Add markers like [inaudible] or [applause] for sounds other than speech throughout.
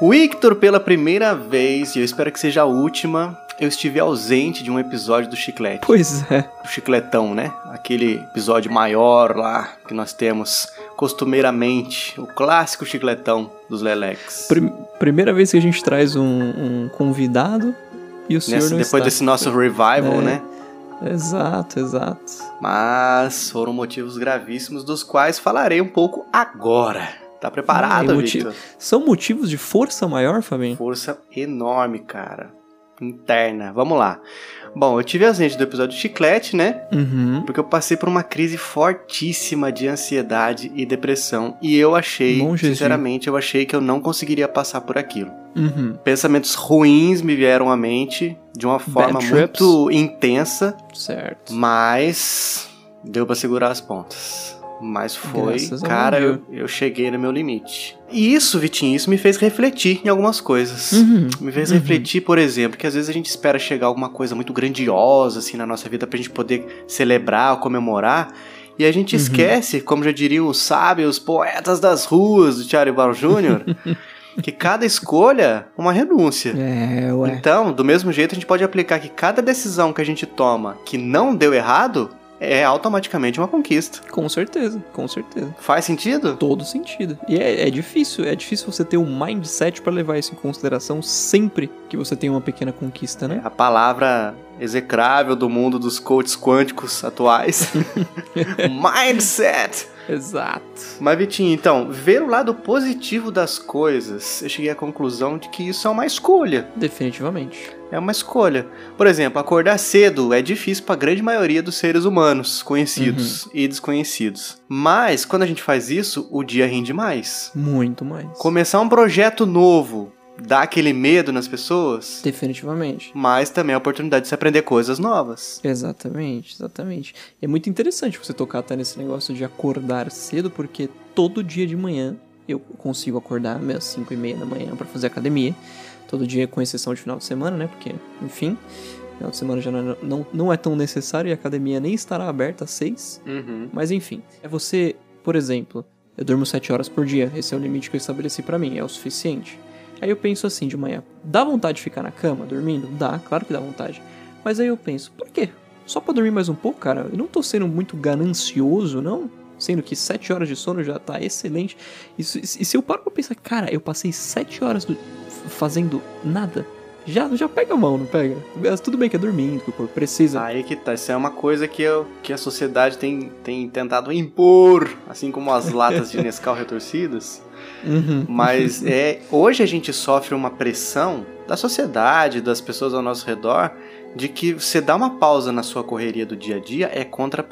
Victor, pela primeira vez, e eu espero que seja a última, eu estive ausente de um episódio do Chiclete. Pois é. O Chicletão, né? Aquele episódio maior lá que nós temos costumeiramente, o clássico Chicletão dos Lelex. Prim- primeira vez que a gente traz um, um convidado e o senhor Nesse- não depois está. desse nosso revival, É. né? Exato, exato. Mas foram motivos gravíssimos dos quais falarei um pouco agora. Tá preparado, Ah, e motivo- Victor? São motivos de força maior, Fabinho? Força enorme, cara. Interna. Vamos lá. Bom, eu tive ausente do episódio Chiclete, né? Uhum. Porque eu passei por uma crise fortíssima de ansiedade e depressão. E eu achei, Bom Jesus. sinceramente, eu achei que eu não conseguiria passar por aquilo. Uhum. Pensamentos ruins me vieram à mente de uma forma trips. muito intensa, Certo. mas deu pra segurar as pontas. Mas foi, Graças a cara, Deus. eu, eu cheguei no meu limite. E isso, Vitinho, isso me fez refletir em algumas coisas. Uhum. Me fez Uhum. refletir, por exemplo, que às vezes a gente espera chegar alguma coisa muito grandiosa assim na nossa vida pra gente poder celebrar ou comemorar. E a gente Uhum. esquece, como já diriam os sábios poetas das ruas do Thiago Barro [laughs] Júnior, que cada escolha é uma renúncia. É, ué. Então, do mesmo jeito, a gente pode aplicar que cada decisão que a gente toma que não deu errado é automaticamente uma conquista. Com certeza, com certeza. Faz sentido? Todo sentido. E é, é difícil, é difícil você ter um mindset pra levar isso em consideração sempre que você tem uma pequena conquista, né? A palavra execrável do mundo dos coaches quânticos [laughs] atuais. Mindset! Exato. Mas Vitinho, então, ver o lado positivo das coisas, eu cheguei à conclusão de que isso é uma escolha. Definitivamente. É uma escolha. Por exemplo, acordar cedo é difícil para a grande maioria dos seres humanos, conhecidos e desconhecidos. Mas quando a gente faz isso, o dia rende mais. Muito mais. Começar um projeto novo dá aquele medo nas pessoas, Definitivamente. mas também é a oportunidade de se aprender coisas novas. Exatamente, exatamente. E é muito interessante você tocar até nesse negócio de acordar cedo, porque todo dia de manhã eu consigo acordar às 5 e meia da manhã pra fazer academia. Todo dia, com exceção de final de semana, né? Porque, enfim, final de semana já não, não, não é tão necessário e a academia nem estará aberta às 6. Uhum. Mas enfim, é você, por exemplo, eu durmo 7 horas por dia, esse é o limite que eu estabeleci pra mim, é o suficiente. Aí eu penso assim de manhã, dá vontade de ficar na cama dormindo? Dá, claro que dá vontade. Mas aí eu penso, por quê? Só pra dormir mais um pouco, cara? Eu não tô sendo muito ganancioso, não? Sendo que 7 horas de sono já tá excelente. E se, e se eu paro pra pensar, cara, eu passei 7 horas do- f- fazendo nada, já, já pega a mão, não pega? Mas Tudo bem que é dormindo, que o corpo precisa. Aí que tá, isso é uma coisa que, eu, que a sociedade tem, tem tentado impor, assim como as latas de Nescau [laughs] retorcidas. Uhum. Mas é, hoje a gente sofre uma pressão da sociedade, das pessoas ao nosso redor, de que você dar uma pausa na sua correria do dia a dia é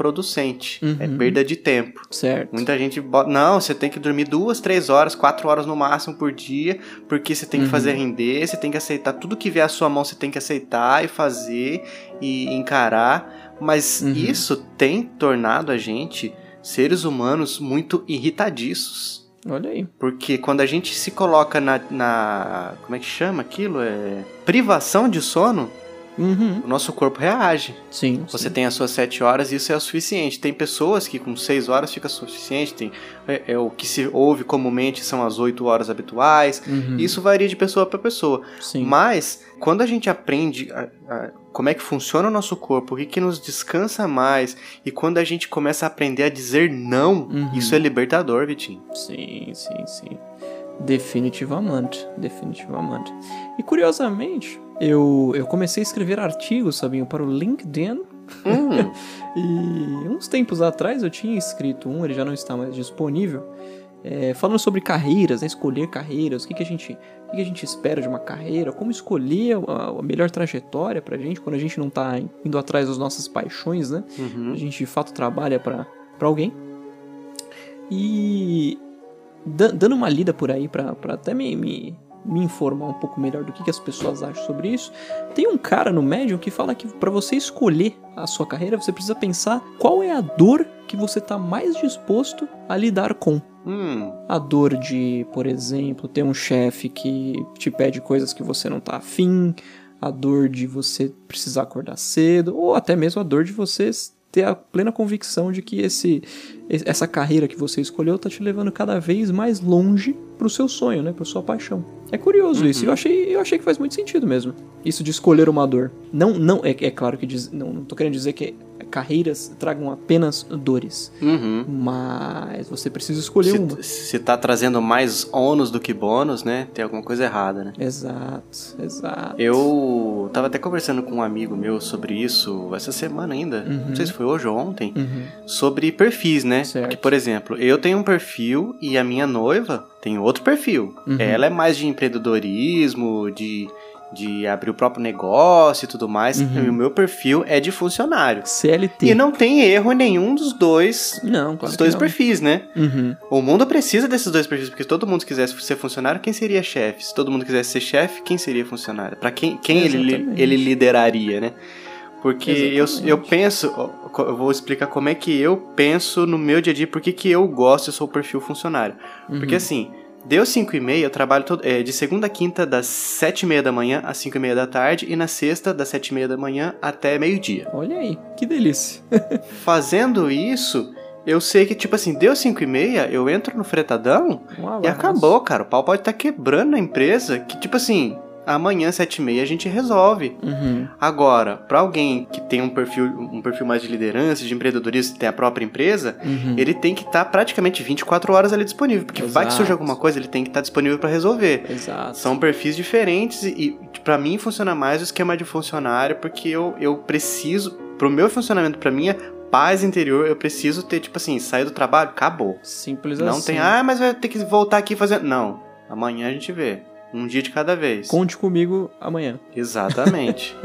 contraproducente, Uhum. é perda de tempo. Certo. Muita gente bota, não, você tem que dormir duas, três horas, quatro horas no máximo por dia, porque você tem que Uhum. fazer render, você tem que aceitar tudo que vier à sua mão, você tem que aceitar e fazer e encarar. Mas Uhum. isso tem tornado a gente seres humanos muito irritadiços. Olha aí. Porque quando a gente se coloca na, na- Como é que chama aquilo? É. Privação de sono, Uhum. o nosso corpo reage. Sim. Você sim. tem as suas 7 horas e isso é o suficiente. Tem pessoas que com 6 horas fica suficiente, tem, é, é o que se ouve comumente são as 8 horas habituais. Uhum, Isso varia de pessoa para pessoa. Sim. Mas, quando a gente aprende a- a- como é que funciona o nosso corpo, o que, que nos descansa mais, e quando a gente começa a aprender a dizer não, Uhum. isso é libertador, Vitinho. [laughs] Sim, sim, sim. Definitivamente. Definitivamente. E curiosamente, eu, eu comecei a escrever artigos, Sabinho, para o LinkedIn. Hum, E uns tempos atrás eu tinha escrito um, ele já não está mais disponível. é, falando sobre carreiras, né, escolher carreiras, o que, que a gente. O que que a gente espera de uma carreira? Como escolher a, a melhor trajetória pra gente quando a gente não tá indo atrás das nossas paixões, né? uhum. A gente de fato trabalha pra pra alguém. E da- dando uma lida por aí pra pra até me, me, me informar um pouco melhor do que, que as pessoas acham sobre isso, tem um cara no Medium que fala que pra você escolher a sua carreira, você precisa pensar qual é a dor que você tá mais disposto a lidar com. Hum, A dor de, por exemplo, ter um chefe que te pede coisas que você não tá afim, a dor de você precisar acordar cedo, ou até mesmo a dor de você s- ter a plena convicção de que esse, e- essa carreira que você escolheu tá te levando cada vez mais longe pro seu sonho, né? Pra sua paixão. É curioso isso. Eu achei, eu achei que faz muito sentido mesmo. Isso de escolher uma dor. Não, não é, é claro que diz, não, não tô querendo dizer que carreiras tragam apenas dores, Uhum. mas você precisa escolher uma. Se, se tá trazendo mais ônus do que bônus, né? Tem alguma coisa errada, né? Exato, exato. Eu tava até conversando com um amigo meu sobre isso essa semana ainda. Uhum. Não sei se foi hoje ou ontem. Uhum. Sobre perfis, né? Certo. Que, por exemplo, eu tenho um perfil e a minha noiva tem outro perfil. Uhum. Ela é mais de empreendedorismo, de, de abrir o próprio negócio e tudo mais. Uhum. E o meu perfil é de funcionário. CLT. E não tem erro em nenhum dos dois, Não, claro dos que dois não. perfis, né? Uhum. O mundo precisa desses dois perfis, porque se todo mundo quisesse ser funcionário, quem seria chefe? Se todo mundo quisesse ser chefe, quem seria funcionário? Pra quem, quem ele, li- Exatamente. ele lideraria, né? Porque eu, Exatamente. eu penso, ó, co- eu vou explicar como é que eu penso no meu dia a dia, por que que eu gosto e sou o perfil funcionário. Uhum. Porque assim, deu 5 e meia, eu trabalho todo- é, de segunda a quinta das 7 e meia da manhã às 5 e meia da tarde e na sexta das 7 e meia da manhã até meio-dia. Olha aí, que delícia. Fazendo isso, eu sei que tipo assim, deu 5 e meia, eu entro no fretadão... Um E abraço. acabou, cara. O pau pode estar quebrando a empresa que, tipo assim, amanhã, 7h30, a gente resolve. Uhum. Agora, pra alguém que tem um perfil, um perfil mais de liderança, de empreendedorismo, que tem a própria empresa, Uhum. ele tem que estar praticamente 24 horas ali disponível. Porque vai que Exato. surge alguma coisa, ele tem que estar disponível pra resolver. Exato. São perfis diferentes e, e pra mim funciona mais o esquema de funcionário, porque eu, eu preciso, pro meu funcionamento, pra minha paz interior, eu preciso ter, tipo assim, sair do trabalho, acabou. Simples Não assim. tem, ah, mas vai ter que voltar aqui fazer. Não. Amanhã a gente vê. Um dia de cada vez. Conte comigo amanhã. Exatamente.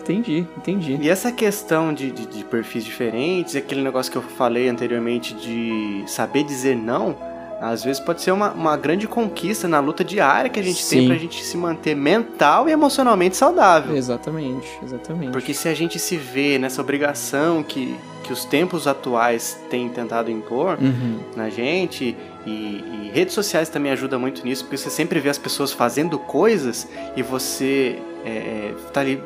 Entendi, [laughs] entendi. e essa questão de, de, de perfis diferentes, aquele negócio que eu falei anteriormente de saber dizer não, às vezes pode ser uma, uma grande conquista na luta diária que a gente tem Sim. pra gente se manter mental e emocionalmente saudável. Exatamente, exatamente. Porque se a gente se vê nessa obrigação que, que os tempos atuais têm tentado impor, Uhum. na gente e, e redes sociais também ajuda muito nisso porque você sempre vê as pessoas fazendo coisas e você é, é, tá ali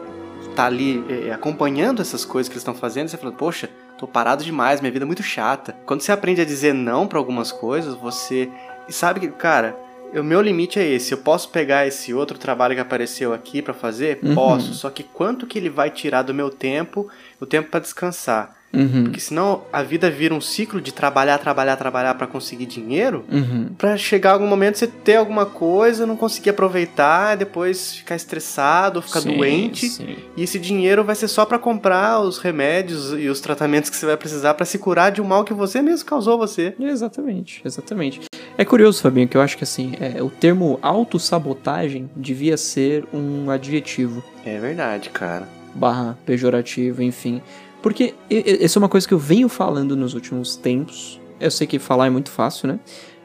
tá ali é, é, acompanhando essas coisas que eles estão fazendo você fala poxa tô parado demais minha vida é muito chata quando você aprende a dizer não pra algumas coisas você e sabe que cara o meu limite é esse eu posso pegar esse outro trabalho que apareceu aqui pra fazer Uhum. posso só que quanto que ele vai tirar do meu tempo o tempo pra descansar Uhum. porque senão a vida vira um ciclo de trabalhar, trabalhar, trabalhar pra conseguir dinheiro, Uhum. Pra chegar algum momento você ter alguma coisa, não conseguir aproveitar, depois ficar estressado, ficar Sim, doente, Sim. e esse dinheiro vai ser só pra comprar os remédios e os tratamentos que você vai precisar pra se curar de um mal que você mesmo causou você. Exatamente, exatamente. É curioso, Fabinho, que eu acho que assim, é, o termo autossabotagem devia ser um adjetivo. É verdade, cara. barra pejorativo, enfim. Porque e- e- essa é uma coisa que eu venho falando nos últimos tempos. Eu sei que falar é muito fácil, né?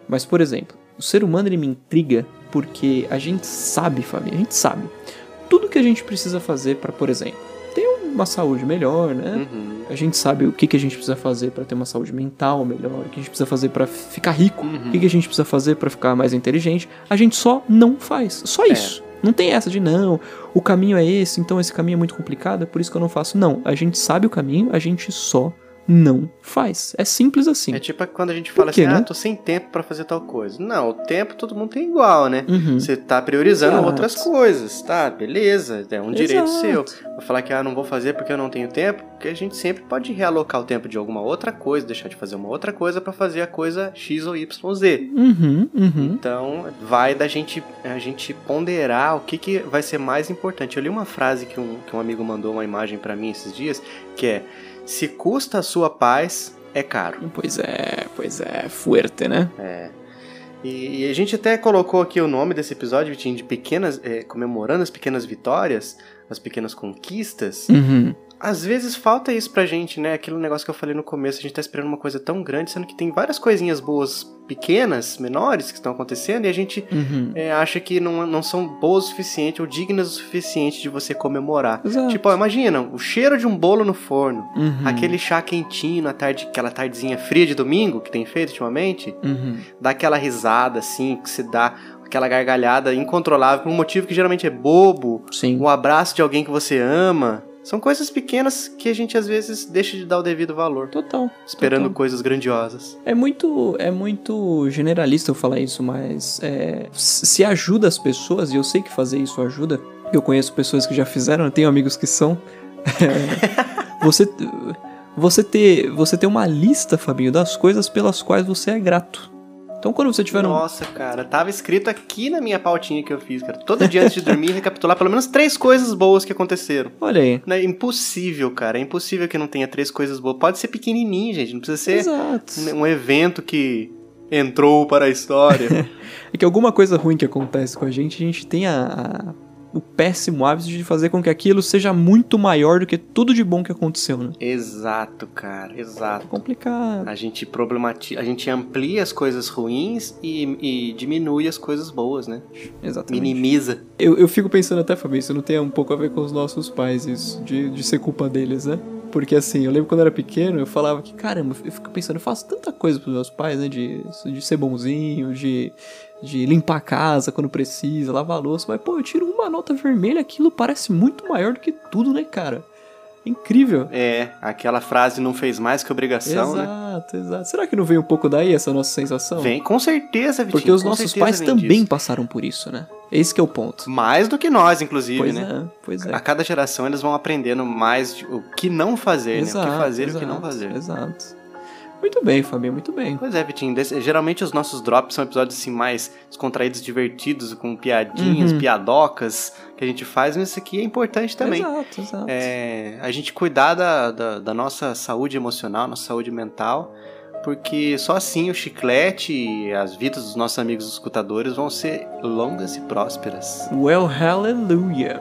Mas, por exemplo, o ser humano ele me intriga porque a gente sabe, família, a gente sabe tudo que a gente precisa fazer para, por exemplo, ter uma saúde melhor, né? Uhum. A gente sabe o que, que a gente precisa fazer para ter uma saúde mental melhor, o que a gente precisa fazer para ficar rico, o que, Uhum. que a gente precisa fazer para ficar mais inteligente. A gente só não faz. Só É. isso. Não tem essa de não, o caminho é esse, então esse caminho é muito complicado, é por isso que eu não faço. Não, a gente sabe o caminho, a gente só não faz. É simples assim. É tipo quando a gente fala quê, assim, ah, né? tô sem tempo pra fazer tal coisa. Não, o tempo todo mundo tem igual, né? Uhum. Você tá priorizando Exato. outras coisas, tá? Beleza, é um direito Exato. seu. Vou falar que ah, não vou fazer porque eu não tenho tempo, porque a gente sempre pode realocar o tempo de alguma outra coisa, deixar de fazer uma outra coisa pra fazer a coisa X ou Y Z. Uhum, uhum. Então, vai da gente a gente ponderar o que, que vai ser mais importante. Eu li uma frase que um, que um amigo mandou uma imagem pra mim esses dias, que é: se custa a sua paz, é caro. Pois é, pois é, fuerte, né? E, e a gente até colocou aqui o nome desse episódio, Vitinho, de pequenas. eh, comemorando as pequenas vitórias, as pequenas conquistas. Uhum. Às vezes falta isso pra gente, né? Aquele negócio que eu falei no começo, a gente tá esperando uma coisa tão grande, sendo que tem várias coisinhas boas, pequenas, menores, que estão acontecendo, e a gente Uhum. eh, acha que não, não são boas o suficiente ou dignas o suficiente de você comemorar. Exato. Tipo, ó, imagina, o cheiro de um bolo no forno, Uhum. aquele chá quentinho na tarde, aquela tardezinha fria de domingo que tem feito ultimamente, Uhum. dá aquela risada assim, que se dá aquela gargalhada incontrolável por um motivo que geralmente é bobo, Sim. um abraço de alguém que você ama. São coisas pequenas que a gente às vezes deixa de dar o devido valor, Total. esperando total. coisas grandiosas. É muito, é muito generalista eu falar isso, mas é, s- se ajuda as pessoas, e eu sei que fazer isso ajuda, eu conheço pessoas que já fizeram, eu tenho amigos que são. É, [laughs] você, você, ter, você ter uma lista, Fabinho, das coisas pelas quais você é grato. Então quando você tiver um. Nossa, cara, tava escrito aqui na minha pautinha que eu fiz, cara. Todo dia antes de [laughs] dormir, recapitular pelo menos três coisas boas que aconteceram. Olha aí. Não é impossível, cara. É impossível que não tenha três coisas boas. Pode ser pequenininho, gente. Não precisa ser Exato. um evento que entrou para a [laughs] história. É que alguma coisa ruim que acontece com a gente, a gente tem a, a- o péssimo hábito de fazer com que aquilo seja muito maior do que tudo de bom que aconteceu, né? É exato, cara. Exato. Complicado. A gente problematiza, a gente amplia as coisas ruins e, e diminui as coisas boas, né? Exatamente. Minimiza. Eu, eu fico pensando até, Fabinho, isso não tem um pouco a ver com os nossos pais, isso, de, de ser culpa deles, né? Porque assim, eu lembro quando eu era pequeno, eu falava que, caramba, eu fico pensando, eu faço tanta coisa pros meus pais, né? De, de ser bonzinho, de, de limpar a casa quando precisa, lavar a louça, mas pô, eu tiro uma nota vermelha, aquilo parece muito maior do que tudo, né, cara? Incrível. É, aquela frase não fez mais que obrigação, né? exato, exato. Será que não vem um pouco daí essa nossa sensação? Vem, com certeza, Vitinho. Porque os com nossos certeza pais vem também disso. passaram por isso, né? Esse que é o ponto. Mais do que nós, inclusive, pois né? é, pois é. A cada geração eles vão aprendendo mais de- o que não fazer, né? O que fazer e o que não exato, fazer. Exato. Muito bem, Fabinho, muito bem. Pois é, Vitinho. desse- geralmente os nossos drops são episódios assim mais descontraídos, divertidos, com piadinhas, Uhum. piadocas que a gente faz, mas isso aqui é importante também. Exato, exato. É, a gente cuidar da, da, da nossa saúde emocional, nossa saúde mental, porque só assim o chiclete e as vidas dos nossos amigos escutadores vão ser longas e prósperas. Well, hallelujah.